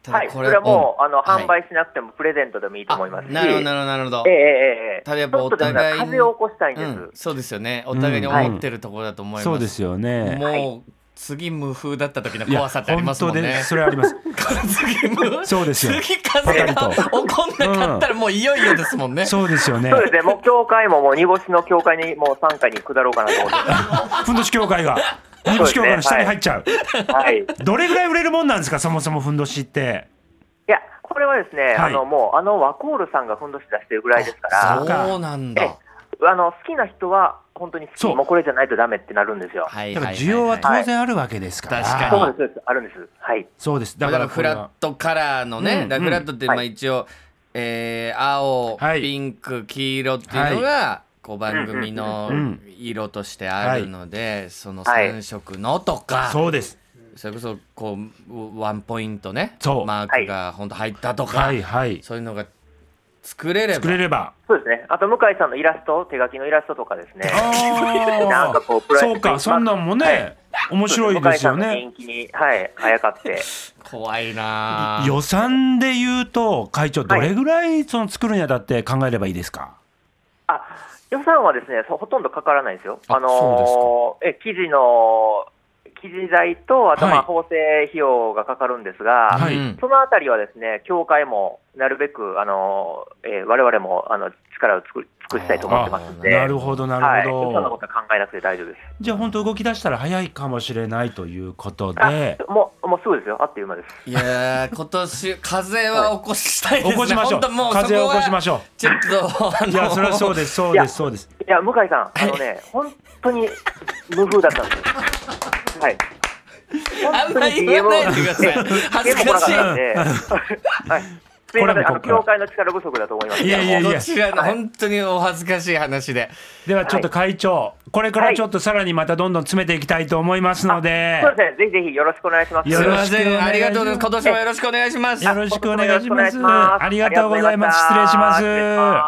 Speaker 1: ただ
Speaker 4: はい、そ
Speaker 1: こ
Speaker 4: れはもう、あの、
Speaker 1: はい
Speaker 4: 販売しなくてもプレゼントでもいいと思いますし、
Speaker 1: なるほどなるほどなるほど
Speaker 4: ええええええ
Speaker 1: ただやっぱ
Speaker 4: ちょっとです
Speaker 1: お
Speaker 4: ね
Speaker 1: 互いに
Speaker 4: 風を起こしたいんです。
Speaker 1: うんそうですよねお互いに思ってるところだと思います、
Speaker 2: そうですよね
Speaker 1: もう次無風だった時の
Speaker 2: いや
Speaker 1: 怖さってありますもん
Speaker 2: 本当
Speaker 1: ね
Speaker 2: で。それあり ます
Speaker 1: 次無
Speaker 2: そうですよ
Speaker 1: 次風が
Speaker 2: パ
Speaker 1: 起
Speaker 2: タ
Speaker 1: こんなかったらもういよいよですもんね。
Speaker 2: そうですよね
Speaker 4: そうですね、もう教会ももう煮干しの教会にもう参加に下ろうかなと思ってま
Speaker 2: ふんどし協会が煮干し協会の下に入っちゃう
Speaker 4: す。はい
Speaker 2: どれぐらい売れるもんなんですかそもそもふんどしって
Speaker 4: いや、これはです
Speaker 2: は
Speaker 4: ね、
Speaker 2: い
Speaker 4: あのもう、あのワコールさんがふんどし出してるぐらいですから、
Speaker 1: そうなん
Speaker 4: え
Speaker 1: だ。
Speaker 4: えあの好きな人は本当に好き、
Speaker 2: そう
Speaker 4: もうこれじゃないとダメってなるんですよ。
Speaker 1: はい
Speaker 2: だ
Speaker 1: はいは
Speaker 2: から
Speaker 1: い。
Speaker 2: 需要は
Speaker 1: はい
Speaker 2: 当然あるわけですから、
Speaker 1: 確か
Speaker 4: そう
Speaker 1: に
Speaker 4: です、そうです、あるんです。はい。
Speaker 2: そうですだ
Speaker 1: だ
Speaker 2: か
Speaker 1: からら
Speaker 2: こ
Speaker 1: フ
Speaker 2: れ
Speaker 1: ラ
Speaker 2: は
Speaker 1: ットカラーの
Speaker 2: うん
Speaker 1: ね、
Speaker 2: うん
Speaker 1: だからフラットって
Speaker 4: は
Speaker 1: ま
Speaker 4: い
Speaker 1: あ一応、えー青、
Speaker 2: はい
Speaker 1: ピンク黄色っていうのが、こう番組の
Speaker 2: うんうんうん
Speaker 1: 色としてあるので、その3色のとか、
Speaker 2: そうです
Speaker 1: それこそこうワンポイントね
Speaker 2: そう
Speaker 1: マークが本当入ったとか、
Speaker 2: はいはい
Speaker 1: そういうのが作れれば
Speaker 2: 作れれば
Speaker 4: そうですね。あと、向井さんのイラスト、手書きのイラストとかですね。
Speaker 2: あー
Speaker 4: なんかこうプライベート
Speaker 2: そうかそんなんもね、
Speaker 4: はい
Speaker 2: 面白いですよ
Speaker 4: そう向井さんの
Speaker 2: ね
Speaker 4: 人気に、はい、あやかって。
Speaker 1: 怖いなあ
Speaker 2: 予算で言うと会長どれぐらいその作るんやだって考えればいいですか、
Speaker 4: あ、予算はですね、そうほとんどかからないですよ。
Speaker 1: あ
Speaker 4: あのーえ、記事の、記事代と、あと、ま
Speaker 2: は
Speaker 4: あ、
Speaker 2: い
Speaker 4: 縫製費用がかかるんですが、
Speaker 2: はい
Speaker 1: うん
Speaker 4: そのあたりはですね、協会もなるべく、あの、えー、我々も、あの、力を尽く尽くしたいと思ってますんで。
Speaker 1: ええ
Speaker 2: なるほどなるほ
Speaker 4: はい、
Speaker 2: ど、
Speaker 4: そんなことは考えなくて大丈夫です。
Speaker 2: じゃあ本当動き出したら早いかもしれないということ
Speaker 4: あ
Speaker 2: で、
Speaker 4: もう、もうすぐですよ。あっという間です。
Speaker 1: いやー今年風は起こしたいです
Speaker 2: 起
Speaker 1: ね
Speaker 2: こしましょ
Speaker 1: 本
Speaker 2: う
Speaker 1: 当もう
Speaker 2: 風を起こしまし
Speaker 1: ょ
Speaker 2: ょ
Speaker 1: うちょっと
Speaker 2: ういやそれはそう
Speaker 1: で
Speaker 2: ですそうですそうです
Speaker 4: いや、向井さん、あのね、本当に無風だったんですよ。はい。
Speaker 1: あんまり言わないでくだ さい恥ずかしい
Speaker 4: DM も来なかったんではい。すいません、あの、
Speaker 2: これも
Speaker 4: 協会の力不足だと思います。
Speaker 2: いやいやいや
Speaker 1: どちらの本当にお恥ずかしい話で
Speaker 2: ではちょっと会長、これからちょっとさらにまたどんどん詰めていきたいと思いますので、
Speaker 4: そうですね、ぜひぜひよろしくお願いします。
Speaker 2: よ
Speaker 1: すい
Speaker 2: ろ
Speaker 1: ま
Speaker 2: しくお願いします
Speaker 1: せんありがとうございます今年もよろしくお願いします
Speaker 2: よろしくお願いします
Speaker 4: よろくお願いし
Speaker 2: ありがとうございます失礼します
Speaker 4: 失礼しま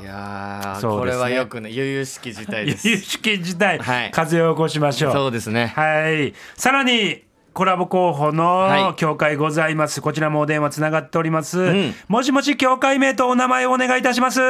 Speaker 4: す
Speaker 1: いやー
Speaker 2: そう
Speaker 1: こ
Speaker 2: ですね
Speaker 1: れはよくね悠々しき事態
Speaker 2: 有
Speaker 1: です
Speaker 2: 識自体、
Speaker 1: はい
Speaker 2: 風を起こしましょう
Speaker 1: そうですね
Speaker 2: はい。さらに、コラボ候補
Speaker 1: は
Speaker 2: の
Speaker 1: い
Speaker 2: 協会ございます。こちらもお電話つながっております。
Speaker 1: ん
Speaker 2: もしもし協会名とお名前をお願いいたします。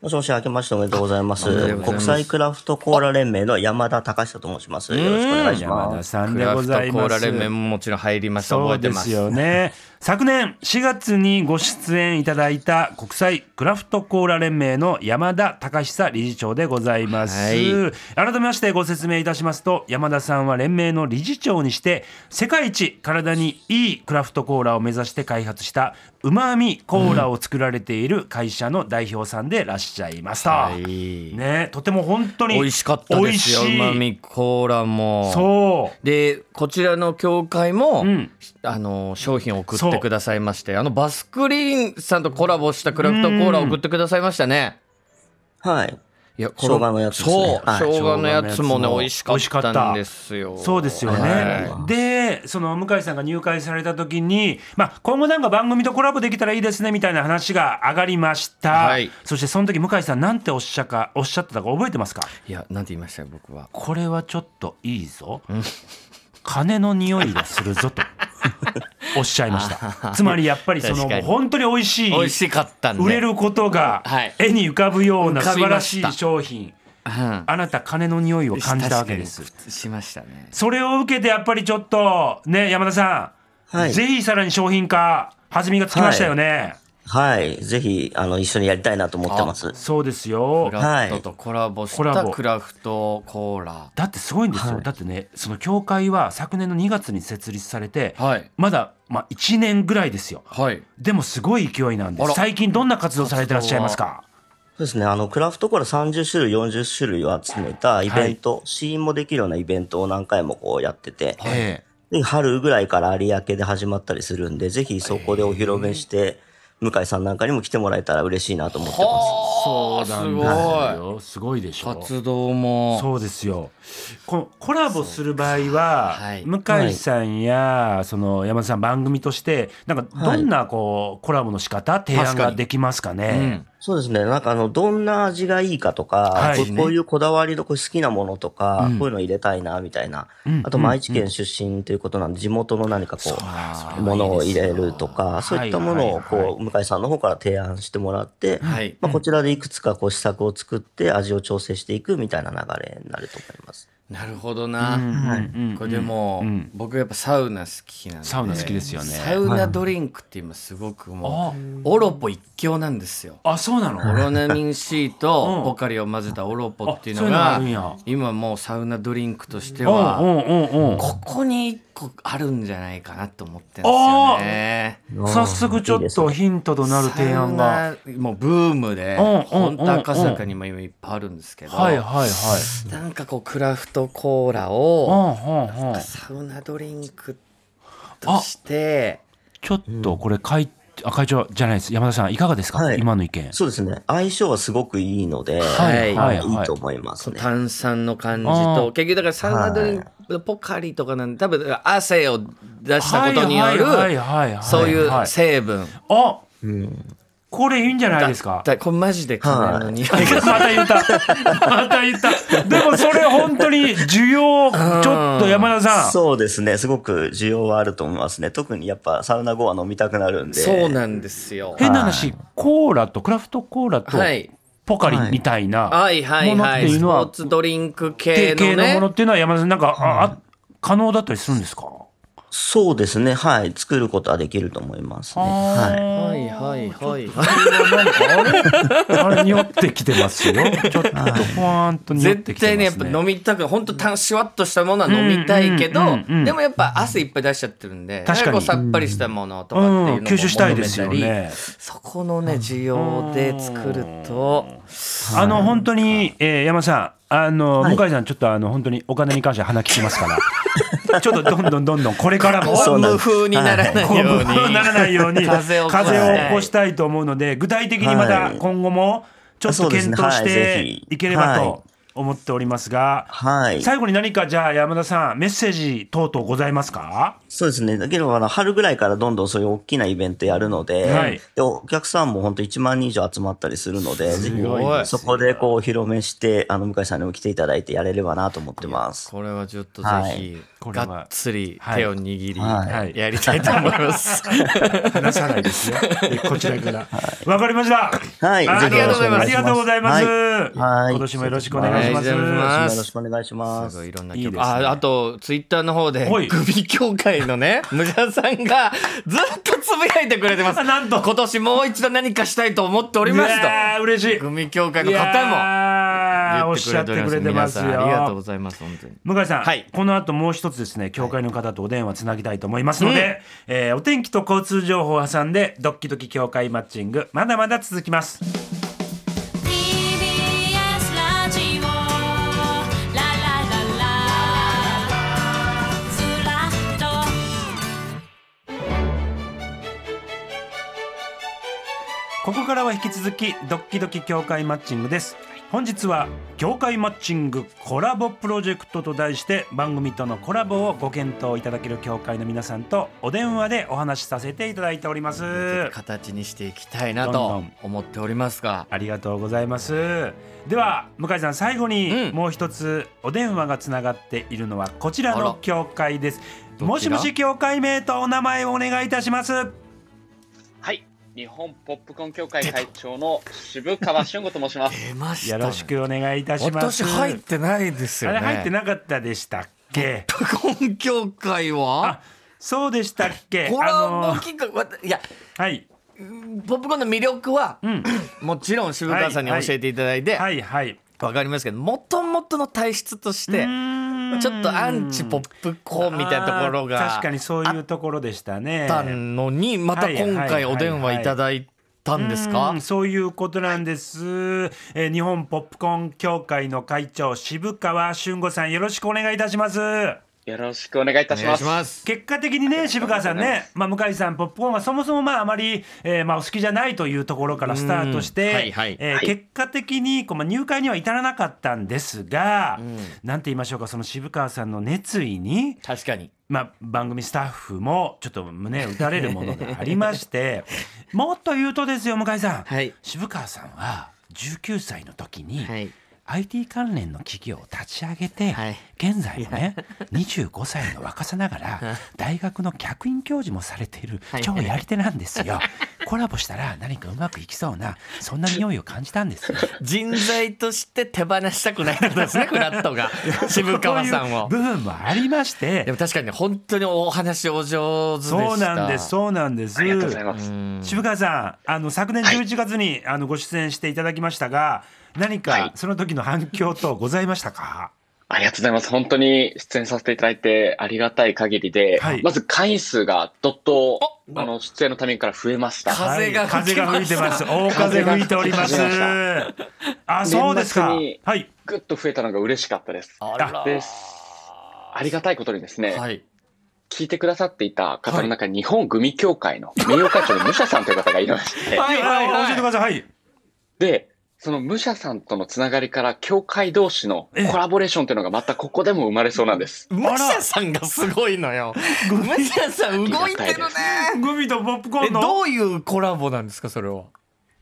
Speaker 5: もしもし、明けましておめでとうございま。
Speaker 1: おめですとうございま
Speaker 5: 国
Speaker 1: す
Speaker 5: 際クラフトコーラ連盟の山田隆人と申します。よろしくお願いし
Speaker 2: 山
Speaker 5: ま
Speaker 2: 田
Speaker 5: す。
Speaker 2: さん
Speaker 1: ク
Speaker 2: で
Speaker 1: ラ
Speaker 2: ご
Speaker 1: フトコ
Speaker 2: ざい
Speaker 1: ー
Speaker 2: ま
Speaker 1: ラ
Speaker 2: す。
Speaker 1: 連盟ももちろん入りました
Speaker 2: そ
Speaker 1: 覚
Speaker 2: う
Speaker 1: えて
Speaker 2: で
Speaker 1: ますす
Speaker 2: よね。 昨年4月にご出演いただいた国際クラフトコーラ連盟の山田隆久理事長でございます。
Speaker 1: はい
Speaker 2: 改めましてご説明いたしますと、山田さんは連盟の理事長にして、世界一体にいいクラフトコーラを目指して開発した、うまみコーラを作られている会社の代表さんでいらっしゃいました。
Speaker 1: はい
Speaker 2: ね、とても本当に
Speaker 1: 美味しかったですよ
Speaker 2: 美味し
Speaker 1: う
Speaker 2: い
Speaker 1: まみコーラも
Speaker 2: そう。
Speaker 1: でこちらの協会も、
Speaker 2: ん
Speaker 1: あの商品を送っ
Speaker 2: そう
Speaker 1: てくださいましてあのバスクリーンさんとコラボしたクラフトコーラを送ってくださいましたね。
Speaker 5: はい。
Speaker 1: いや
Speaker 5: 生姜のやつですね
Speaker 1: そう、
Speaker 5: はい
Speaker 1: 生姜のやつもね
Speaker 2: 生姜のやつも
Speaker 1: 美味しかったんですよ。
Speaker 2: そうですよね、
Speaker 1: は
Speaker 2: でその向井さんが入会された時に、まあ、今後なんか番組とコラボできたらいいですねみたいな話が上がりました、
Speaker 1: はい
Speaker 2: そしてその時向井さんなんておっしゃかおっしゃってたか覚えてますか
Speaker 1: い、いやなんて言いましたよ僕は。
Speaker 2: これはちょっといいぞ金の匂いがするぞとおっしゃいましたつまりやっぱりその
Speaker 1: 確かに
Speaker 2: 本当に美味しい
Speaker 1: 美味しかったんで
Speaker 2: 売れることが
Speaker 1: はい
Speaker 2: 絵に浮かぶような
Speaker 1: 浮か
Speaker 2: 素
Speaker 1: び
Speaker 2: 晴
Speaker 1: ま
Speaker 2: ら
Speaker 1: し
Speaker 2: したい商品
Speaker 1: うん
Speaker 2: あなた金の匂いを感じたわけです
Speaker 1: 確かにしましたね
Speaker 2: それを受けてやっぱりちょっとね山田さん、
Speaker 5: はい
Speaker 2: ぜひさらに商品化弾みがつきましたよね、
Speaker 5: はい。ぜひ、あの、一緒にやりたいなと思ってます。
Speaker 2: そうです
Speaker 1: ク
Speaker 2: よ
Speaker 1: ラフトとコラボし
Speaker 2: コラ
Speaker 1: た
Speaker 2: ボ
Speaker 1: クラフトコーラ
Speaker 2: だってすごいんですよ、だってねその協会は昨年の2月に設立されて、
Speaker 1: はい
Speaker 2: まだ、まあ、1年ぐらいですよ
Speaker 1: はい
Speaker 2: でもすごい勢いなんで
Speaker 1: あら
Speaker 2: す最近どんな活動されてらっしゃいますか
Speaker 5: そうですね。あの、クラフトコーラ30種類、40種類を集めたイベント、試飲もできるようなイベントを何回もこうやってて、
Speaker 1: え
Speaker 5: で春ぐらいから有明で始まったりするんで、ぜひそこでお披露目して、向井さんなんかにも来てもらえたら嬉しいなと思ってま
Speaker 1: はあすご
Speaker 2: ごいすごいでし
Speaker 1: い
Speaker 2: ょ
Speaker 1: 活動も
Speaker 2: そうですよこのコラボする場合は、
Speaker 1: はい
Speaker 2: 向井さんやその山田さん番組としてなんかどんなこうコラボの仕方提案
Speaker 1: 確か
Speaker 2: が
Speaker 1: に
Speaker 2: できますか
Speaker 1: う
Speaker 2: ね
Speaker 1: ん
Speaker 5: す。そうですね。なんかあの、どんな味がいいかとか、
Speaker 2: はい
Speaker 5: こうこういうこだわりのこう好きなものとか、
Speaker 1: うん
Speaker 5: こういうの入れたいな、みたいな。
Speaker 2: ん
Speaker 5: あと、まあ愛知県出身ということなんで、地元の何かこう、ものを入れるとか、そういったも
Speaker 2: はい
Speaker 5: のを
Speaker 2: はい
Speaker 5: こう、向井さんの方から提案してもらって、
Speaker 1: はい
Speaker 5: まあ、こちらでいくつかこう試作を作って味を調整していくみたいな流れになると思います。
Speaker 1: なるほどな、
Speaker 2: うんうん
Speaker 1: これでも、
Speaker 2: うん
Speaker 1: 僕やっぱサウナ好きなんで
Speaker 2: サウナ好きですよね
Speaker 1: サウナドリンクって今すごくも
Speaker 2: あ
Speaker 1: うオロポ一強なんですよ
Speaker 2: あそうなの
Speaker 1: オロナミン C
Speaker 2: う
Speaker 1: と
Speaker 2: ん
Speaker 1: ポカリを混ぜたオロポっていうの
Speaker 2: あ
Speaker 1: が
Speaker 2: そういうのがあるんや
Speaker 1: 今もうサウナドリンクとして
Speaker 2: う
Speaker 1: は
Speaker 2: んうんうんうん
Speaker 1: ここに一個あるんじゃないかなと思ってんですよね。
Speaker 2: 早速ちょっとヒントとなる提案が
Speaker 1: サウナもうブームで
Speaker 2: うんうん
Speaker 1: 本当赤坂にも今いっぱいあるんですけど
Speaker 2: はいはい
Speaker 1: な
Speaker 2: はい
Speaker 1: んかこうクラフトコーラ
Speaker 2: う
Speaker 1: を
Speaker 2: んうんうん
Speaker 1: サウナドリンクとして
Speaker 2: ちょっとこれ会あ会長じゃないです山田さんいかがですか、
Speaker 5: はい
Speaker 2: 今の意見
Speaker 5: そうですね。相性はすごくいいので、
Speaker 1: はい
Speaker 5: はい
Speaker 2: はい
Speaker 5: いいと思いますね。
Speaker 1: 炭酸の感じ
Speaker 2: あ
Speaker 1: と
Speaker 2: ー
Speaker 1: 結局だからサウナドリンクポカリとかなんで多分汗を出したことによる
Speaker 2: はいはいはいはい
Speaker 1: そうい
Speaker 2: は
Speaker 1: う成分
Speaker 2: あ、これいいんじゃないですか
Speaker 1: だこれマジで金の匂いが
Speaker 2: また言ったまた言ったでもそれ本当に需要ちょっと山田さん
Speaker 5: そうですね。すごく需要はあると思いますね。特にやっぱサウナ後は飲みたくなるん で。
Speaker 1: そうなんですよ。
Speaker 2: 変な話コーラとクラフトコーラと
Speaker 1: はい
Speaker 2: ポカリみたいな
Speaker 1: はいはい
Speaker 2: ものっ
Speaker 1: はい。
Speaker 2: てい
Speaker 1: ス
Speaker 2: うの
Speaker 1: ポ
Speaker 2: は
Speaker 1: ーツドリンク系
Speaker 2: 定
Speaker 1: の
Speaker 2: 型のもの
Speaker 1: ね。
Speaker 2: っていうのは山田さんなんかああ可能だったりするんですか
Speaker 5: そうですね。はい。作ることはできると思いますね。は
Speaker 1: はい はいはい。
Speaker 2: あれ匂ってきてますよちょっとほわーんと匂っ
Speaker 1: 絶
Speaker 2: てきてます
Speaker 1: 対
Speaker 2: ね
Speaker 1: ねやっぱ飲みたく本当たシュワッとしたものは飲みたいけど
Speaker 2: うんうんうんうん
Speaker 1: でもやっぱ汗いっぱい出しちゃってるんで
Speaker 2: 確か
Speaker 1: な
Speaker 2: に
Speaker 1: んこうさっぱりしたものとかっていうの
Speaker 2: う
Speaker 1: も
Speaker 2: ん吸収したいですよ
Speaker 1: 求めたり
Speaker 2: ね
Speaker 1: そこのね需要で作ると
Speaker 2: あの本当に、えー、山田さん、あの、
Speaker 5: はい
Speaker 2: 向井さん、ちょっとあの本当にお金に関しては鼻利きますから、 ちょっとどんどんどんどんこれからも、
Speaker 5: そうなん
Speaker 1: 無
Speaker 5: です
Speaker 1: 風にならない
Speaker 2: こう
Speaker 1: ように
Speaker 2: ならないように
Speaker 1: 風
Speaker 2: 風
Speaker 1: を
Speaker 2: を
Speaker 1: 起こしたい
Speaker 2: 起こしたいと思うので、具体的にまた
Speaker 5: はい
Speaker 2: 今後もちょっ
Speaker 5: そ
Speaker 2: と
Speaker 5: うです
Speaker 2: 検
Speaker 5: ね
Speaker 2: 討し
Speaker 5: はい
Speaker 2: て
Speaker 5: ぜひ
Speaker 2: いければ
Speaker 5: はい
Speaker 2: と思っておりますが、
Speaker 5: はい。
Speaker 2: 最後に何かじゃあ山田さんメッセージ等々ございます か？
Speaker 5: そうですね。だけど、あの、春ぐらいからどんどんそういう大きなイベントやるので、
Speaker 2: はい
Speaker 5: でお客さんも本当1万人以上集まったりするので、ぜひ
Speaker 1: ごい
Speaker 5: そこでこう、お披露目して、あの、向井さんにも来ていただいてやれればなと思ってます。
Speaker 1: これはちょっとぜひ
Speaker 2: これは
Speaker 1: がっつり
Speaker 2: はい
Speaker 1: 手を握り
Speaker 5: はい
Speaker 1: やりたいと思い ます。
Speaker 2: 話さないですよ。こちらから。わかりました。
Speaker 5: はい
Speaker 2: あ
Speaker 5: ぜ
Speaker 2: り
Speaker 5: ひよ
Speaker 2: が
Speaker 5: ろ
Speaker 2: とう
Speaker 5: し
Speaker 2: ご
Speaker 5: く
Speaker 2: ざい
Speaker 5: お
Speaker 2: ます。あ
Speaker 5: 願い
Speaker 2: りがとうございます。今年
Speaker 5: しますはい
Speaker 2: もよろしくお願いします。
Speaker 1: お願いし
Speaker 5: よろしくお願いします
Speaker 1: ご
Speaker 5: す
Speaker 1: いい。ろんな
Speaker 2: いい
Speaker 1: 曲
Speaker 2: ですね
Speaker 1: ああとツイッターの方で
Speaker 2: はい
Speaker 1: 首協会の ね無駄さんがずっとつぶやいてくれてます
Speaker 2: なんと
Speaker 1: 今年もう一度何かしたいと思っております
Speaker 2: いやー嬉しい
Speaker 1: と組協会
Speaker 2: い
Speaker 1: の方も
Speaker 2: やー
Speaker 1: 言
Speaker 2: お
Speaker 1: っ
Speaker 2: って
Speaker 1: く
Speaker 2: し
Speaker 1: れ
Speaker 2: ゃってて
Speaker 1: おりま
Speaker 2: く
Speaker 1: す
Speaker 2: れてますよ
Speaker 1: 皆さんありがとうございます本当に
Speaker 2: 向井さん、
Speaker 1: はい
Speaker 2: この後もう一つですね教会の方とお電話つなぎたいと思いますので、えーお天気と交通情報を挟んでドッキドキ教会マッチングまだまだ続きます
Speaker 6: TBS ラジオララララずらっと
Speaker 2: ここからは引き続きドッキドキ教会マッチングです本日は教会マッチングコラボプロジェクトと題して番組とのコラボをご検討いただける教会の皆さんとお電話でお話しさせていただいております
Speaker 1: 形にしていきたいな
Speaker 2: ど
Speaker 1: と
Speaker 2: ん
Speaker 1: 思っておりますが
Speaker 2: ありがとうございます。では向井さん最後
Speaker 1: う
Speaker 2: に
Speaker 1: ん
Speaker 2: もう一つお電話がつながっているのはこちら
Speaker 1: あら
Speaker 2: の教会です。
Speaker 1: だ
Speaker 2: もしもし協会名とお名前をお願いいたします
Speaker 7: はい、日本ポップコーン協会会長の渋川俊吾と申します。
Speaker 1: 出ました
Speaker 2: よろしくお願いいたしま
Speaker 1: 私
Speaker 2: す
Speaker 1: 入ってないですよ
Speaker 2: あ
Speaker 1: ね
Speaker 2: れ入ってなかったでしたっけ
Speaker 1: 本協会は
Speaker 2: あそうでしたっけ
Speaker 1: これは
Speaker 2: あ
Speaker 1: 大
Speaker 2: の
Speaker 1: きくわたいや
Speaker 2: はい
Speaker 1: ポップコーンの魅力は、
Speaker 2: ん
Speaker 1: もちろん渋川さんに教えていただいて、
Speaker 2: はいはい
Speaker 1: わかりますけどもともとの体質としてちょっとアンチポップコーンみたいなところ
Speaker 2: あー
Speaker 1: が
Speaker 2: 確かにそういうところでしたね
Speaker 1: あったのにまた今回お電話いただいたんです
Speaker 2: う
Speaker 1: か
Speaker 2: んそういうことなんです、えー日本ポップコーン協会の会長渋川俊吾さんよろしくお願いいたします
Speaker 7: よろしくお願いいたします。
Speaker 1: す
Speaker 2: 結果的にね渋川さんね、まあ、向井さんポップコーンはそもそもまああまり、えーまあ、お好きじゃないというところからスタート
Speaker 1: う
Speaker 2: し
Speaker 1: ん
Speaker 2: て、
Speaker 1: はいはい
Speaker 2: えー結果的にこう、まあ、入会には至らなかったんですが、なんて言いましょうかその渋川さんの熱意に、
Speaker 1: 確かに
Speaker 2: まあ、番組スタッフもちょっと胸打たれるものがありまして もっと言うとですよ向井さん、
Speaker 1: はい
Speaker 2: 渋川さんは19歳の時に、
Speaker 1: はい
Speaker 2: IT 関連の企業を立ち上げて、
Speaker 1: はい
Speaker 2: 現在もね25歳の若さながら大学の客員教授もされている
Speaker 1: はい
Speaker 2: 超やり手なんですよ。コラボしたら何かうまくいきそうなそんな匂いを感じたんです よ。
Speaker 1: 人材として手放したくないってこと ですねフラットが渋川さんを
Speaker 2: そういう部分もありまして
Speaker 1: でも確かにね本当にお話お上手でした
Speaker 2: そうなんですそうなんです。
Speaker 7: ありがとうございます。
Speaker 1: うん
Speaker 2: 渋川さんあの昨年11月に、あのご出演していただきましたが何
Speaker 7: は
Speaker 2: か
Speaker 7: い
Speaker 2: その時の反響等ございましたか、
Speaker 7: ありがとうございます。本当に出演させていただいてありがたい限りで、
Speaker 2: はい
Speaker 7: まず会員数がどっと、あの、出演のためから増えました。
Speaker 1: か風が
Speaker 2: はい
Speaker 1: 吹
Speaker 2: 風
Speaker 1: きました
Speaker 2: が吹いてます大風吹いております
Speaker 7: 風
Speaker 2: あそうですか
Speaker 7: 年末に
Speaker 2: はい
Speaker 7: ぐっと増えたのが嬉しかったです。
Speaker 1: あら
Speaker 7: です。ありがたいことにですね、
Speaker 1: はい
Speaker 7: 聞いてくださっていた方の中に日本グミ協会の名誉会長の武者さんという方がいまして、
Speaker 1: はいはいはい
Speaker 2: 教えてくださいはい
Speaker 7: で、その武者さんとのつながりから、協会同士のコラボレーションというのがまたここでも生まれそうなんです。
Speaker 1: 武者さんがすごいのよ武者さん動いてるね
Speaker 2: グミとポップコー
Speaker 1: え
Speaker 2: ンの
Speaker 1: どういうコラボなんですかそれは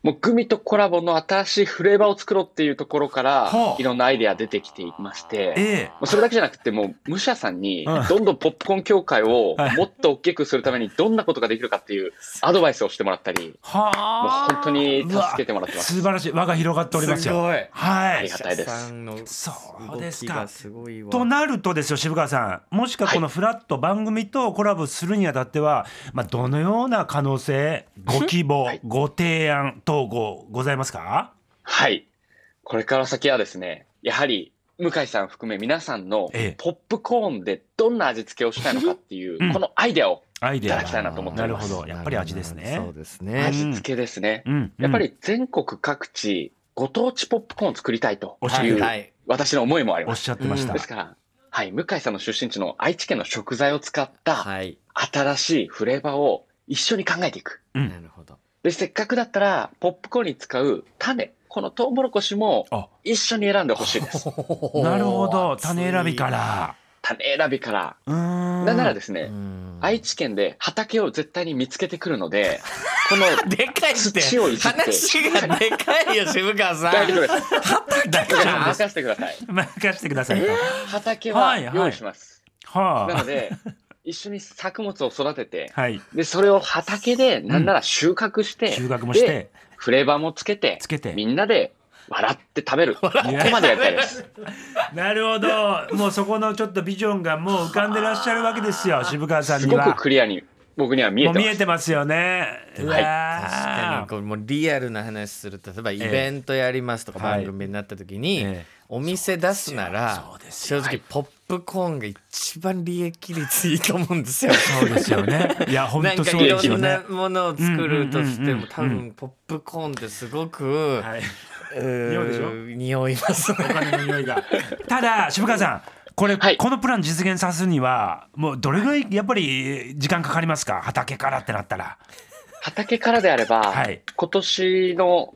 Speaker 7: もうグミとコラボの新しいフレーバーを作ろうっていうところから
Speaker 2: はあ、
Speaker 7: いろんなアイデア出てきていまして、
Speaker 2: ええ
Speaker 7: もうそれだけじゃなくて、もう武者さんに
Speaker 2: うん、
Speaker 7: どんどんポップコーン協会を
Speaker 2: はい
Speaker 7: もっと大きくするために、どんなことができるかっていうアドバイスをしてもらったり、
Speaker 2: は
Speaker 7: もう
Speaker 2: あ
Speaker 7: 本当に助けてもらってます。
Speaker 2: 素晴らしい輪が広がっております
Speaker 1: す
Speaker 2: よ
Speaker 1: ごい
Speaker 2: は
Speaker 7: あ
Speaker 2: い
Speaker 7: りがたいです
Speaker 1: 武者さんの動きが
Speaker 2: そうですか
Speaker 1: すごいわ
Speaker 2: となるとですよ渋川さんもしかこのフラット番組とコラボするにあたっては、まあ、どのような可能性ご希望、
Speaker 7: はい
Speaker 2: ご提案等ごございますか
Speaker 7: はい。これから先はですね、やはり、向井さん含め皆さんの
Speaker 2: ええ
Speaker 7: ポップコーンでどんな味付けをしたいのかっていう、
Speaker 2: うん
Speaker 7: このアイデアを、
Speaker 2: アイデア
Speaker 7: いただきたいなと思ってお
Speaker 2: な
Speaker 7: り
Speaker 2: る
Speaker 7: ま
Speaker 2: ほ
Speaker 7: す
Speaker 2: どやっぱり味ですね
Speaker 1: そうですね
Speaker 7: 味付けですね。
Speaker 2: うん
Speaker 7: やっぱり全国各地、ご当地ポップコーンを作りたいと
Speaker 2: おっしゃ
Speaker 7: い
Speaker 2: る
Speaker 7: う、
Speaker 1: はい
Speaker 7: 私の思いもあり
Speaker 2: おっ
Speaker 7: ます。
Speaker 2: しゃってました、
Speaker 7: ですから、はい、向井さんの出身地の愛知県の食材を使った
Speaker 1: はい
Speaker 7: 新しいフレーバーを一緒に考えていく。
Speaker 2: うん
Speaker 1: なるほど
Speaker 7: で、せっかくだったら、ポップコーンに使う種、このトウモロコシも
Speaker 2: あ
Speaker 7: 一緒に選んでほしい です。
Speaker 2: なるほど種選びから
Speaker 7: 種選びから。
Speaker 2: うーん
Speaker 7: なんならですね、愛
Speaker 1: 知
Speaker 7: 知県で畑を絶対に見つけてくるので、この、
Speaker 1: でかいって
Speaker 7: 土をいじって
Speaker 1: 話がでかいよ渋川さん
Speaker 7: 大丈夫です。
Speaker 2: 大
Speaker 7: だか
Speaker 2: 丈
Speaker 7: ら
Speaker 2: 夫です
Speaker 7: 任せてください。
Speaker 2: 任せてくださいと
Speaker 7: 畑
Speaker 2: は
Speaker 7: はい
Speaker 2: はい
Speaker 7: 用意します。な
Speaker 2: は
Speaker 7: ので、一緒に作物を育てて、
Speaker 2: あはい
Speaker 7: で、それを畑で、なんなら収穫して、
Speaker 2: 収穫もして
Speaker 7: で、フレーバーもつけて、
Speaker 2: つけて
Speaker 7: みんなで笑って食べる。ここ
Speaker 2: って
Speaker 7: までやりたいです。
Speaker 2: なるほどもうそこのちょっとビジョンがもう浮かんでらっしゃるわけですよ渋川さん
Speaker 7: す
Speaker 2: に
Speaker 7: ご
Speaker 2: は
Speaker 7: くクリアに、僕には見え
Speaker 2: もう
Speaker 7: て
Speaker 2: 見
Speaker 7: ま
Speaker 2: え
Speaker 7: す。
Speaker 2: てますよね。う
Speaker 7: はい
Speaker 2: わ
Speaker 1: 確
Speaker 2: ー
Speaker 1: かにこれもうリアルな話すると例えばイ
Speaker 2: え
Speaker 1: ベントやりますとか
Speaker 2: はい
Speaker 1: 番組になった時に、
Speaker 2: ええ
Speaker 1: お店出すなら
Speaker 2: そうです
Speaker 1: 正
Speaker 2: よ
Speaker 1: 直ポップコーンが一番利益率いいと思うんですよ。
Speaker 2: そうですよね。いや、本
Speaker 1: なん
Speaker 2: 当
Speaker 1: か
Speaker 2: そう
Speaker 1: い
Speaker 2: です
Speaker 1: ろ
Speaker 2: よ
Speaker 1: ん
Speaker 2: ね
Speaker 1: な。ものを作るとして
Speaker 2: うんうんうんうん
Speaker 1: も多分ポップコーンってすごく、
Speaker 2: はい。
Speaker 1: うー
Speaker 2: 匂うでしょ
Speaker 1: 匂いますね
Speaker 2: お。金の匂いが。 ただ、渋川さん、これ、
Speaker 7: はい
Speaker 2: このプラン実現させるには、もうどれぐらい、やっぱり時間かかりますか。畑からってなったら。
Speaker 7: 畑からであれば、
Speaker 2: はい
Speaker 7: 今年の、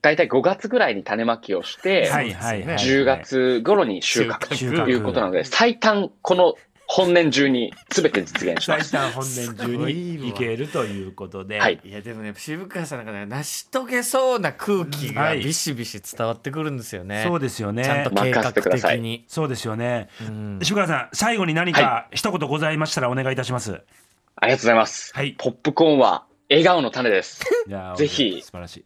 Speaker 7: だいたい5月ぐらいに種まきをして、
Speaker 2: はいはいはい。
Speaker 7: 10月頃に収穫
Speaker 2: 収穫
Speaker 7: ということなので、最短この本年中に全て実現しま
Speaker 2: 最
Speaker 7: す。
Speaker 2: 短本年中
Speaker 1: すごいわ
Speaker 2: に行けるということで、
Speaker 7: はい
Speaker 1: いやでもね渋川さんなんかね成し遂げそうな空気
Speaker 2: は
Speaker 1: が
Speaker 2: い
Speaker 1: ビシビシ伝わってくるんですよね。
Speaker 2: そうですよね
Speaker 1: ちゃんと計画的
Speaker 7: 任せてくださ
Speaker 1: に。
Speaker 2: そうですよね、
Speaker 1: うん
Speaker 2: 渋川さん最後に何か一言ございましたらお願いいたします、
Speaker 7: ありがとうございます。
Speaker 2: はい
Speaker 7: ポップコーンは笑顔の種です。
Speaker 2: じゃあ
Speaker 7: ぜひ
Speaker 2: 素晴らしい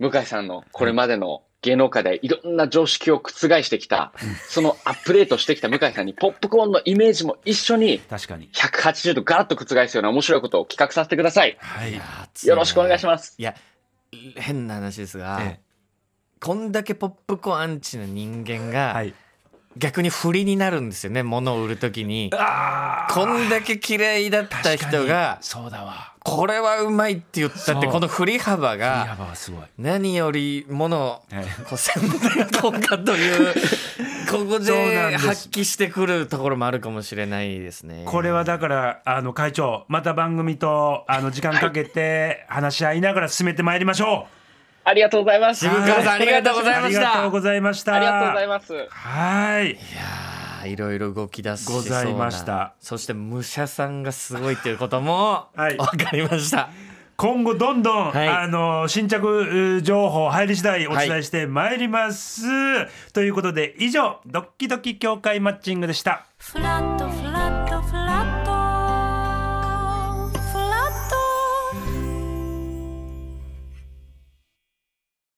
Speaker 7: 向井さんのこれまでの芸能界でいろんな常識を覆してきた、そのアップデートしてきた向井さんにポップコーンのイメージも一緒に
Speaker 2: 確かに
Speaker 7: 180度ガラッと覆すような面白いことを企画させてください。
Speaker 2: はい
Speaker 7: よろしくお願いし
Speaker 1: ま
Speaker 7: ます。
Speaker 1: いや変な話ですが、
Speaker 2: え
Speaker 1: こんだけポップコーンアンチの人間が、
Speaker 2: はい
Speaker 1: 逆に不利になるんですよね物を売るときに。
Speaker 2: あ
Speaker 1: こんだけ嫌いだった人が
Speaker 2: そうだわ
Speaker 1: これはうまいって言ったって
Speaker 2: そう
Speaker 1: この振り幅
Speaker 2: や
Speaker 1: が
Speaker 2: ばすごい、
Speaker 1: 何よりもの
Speaker 2: はい
Speaker 1: こう宣伝効果という ここ
Speaker 2: そうな
Speaker 1: で
Speaker 2: んです
Speaker 1: 発揮してくるところもあるかもしれないですね。
Speaker 2: これはだからあの会長また番組とあの時間かけて話し合いながら進めてまいりましょ
Speaker 7: ありがとうございます。
Speaker 1: 渋川さんありがとうご
Speaker 2: う
Speaker 1: ざいまし
Speaker 2: ありがと
Speaker 1: た
Speaker 2: う。ございました
Speaker 7: ありがとうございます。
Speaker 2: はい
Speaker 1: あーいろいろ動き出しそうな
Speaker 2: ございました
Speaker 1: そして武者さんがすごいということも
Speaker 2: はい
Speaker 1: 分かりました。
Speaker 2: 今後どんどん、
Speaker 1: はい
Speaker 2: あの新着うー情報入り次第お伝えしてまいります、ということで以上ドッキドキ協会マッチングでした
Speaker 6: フラットフラ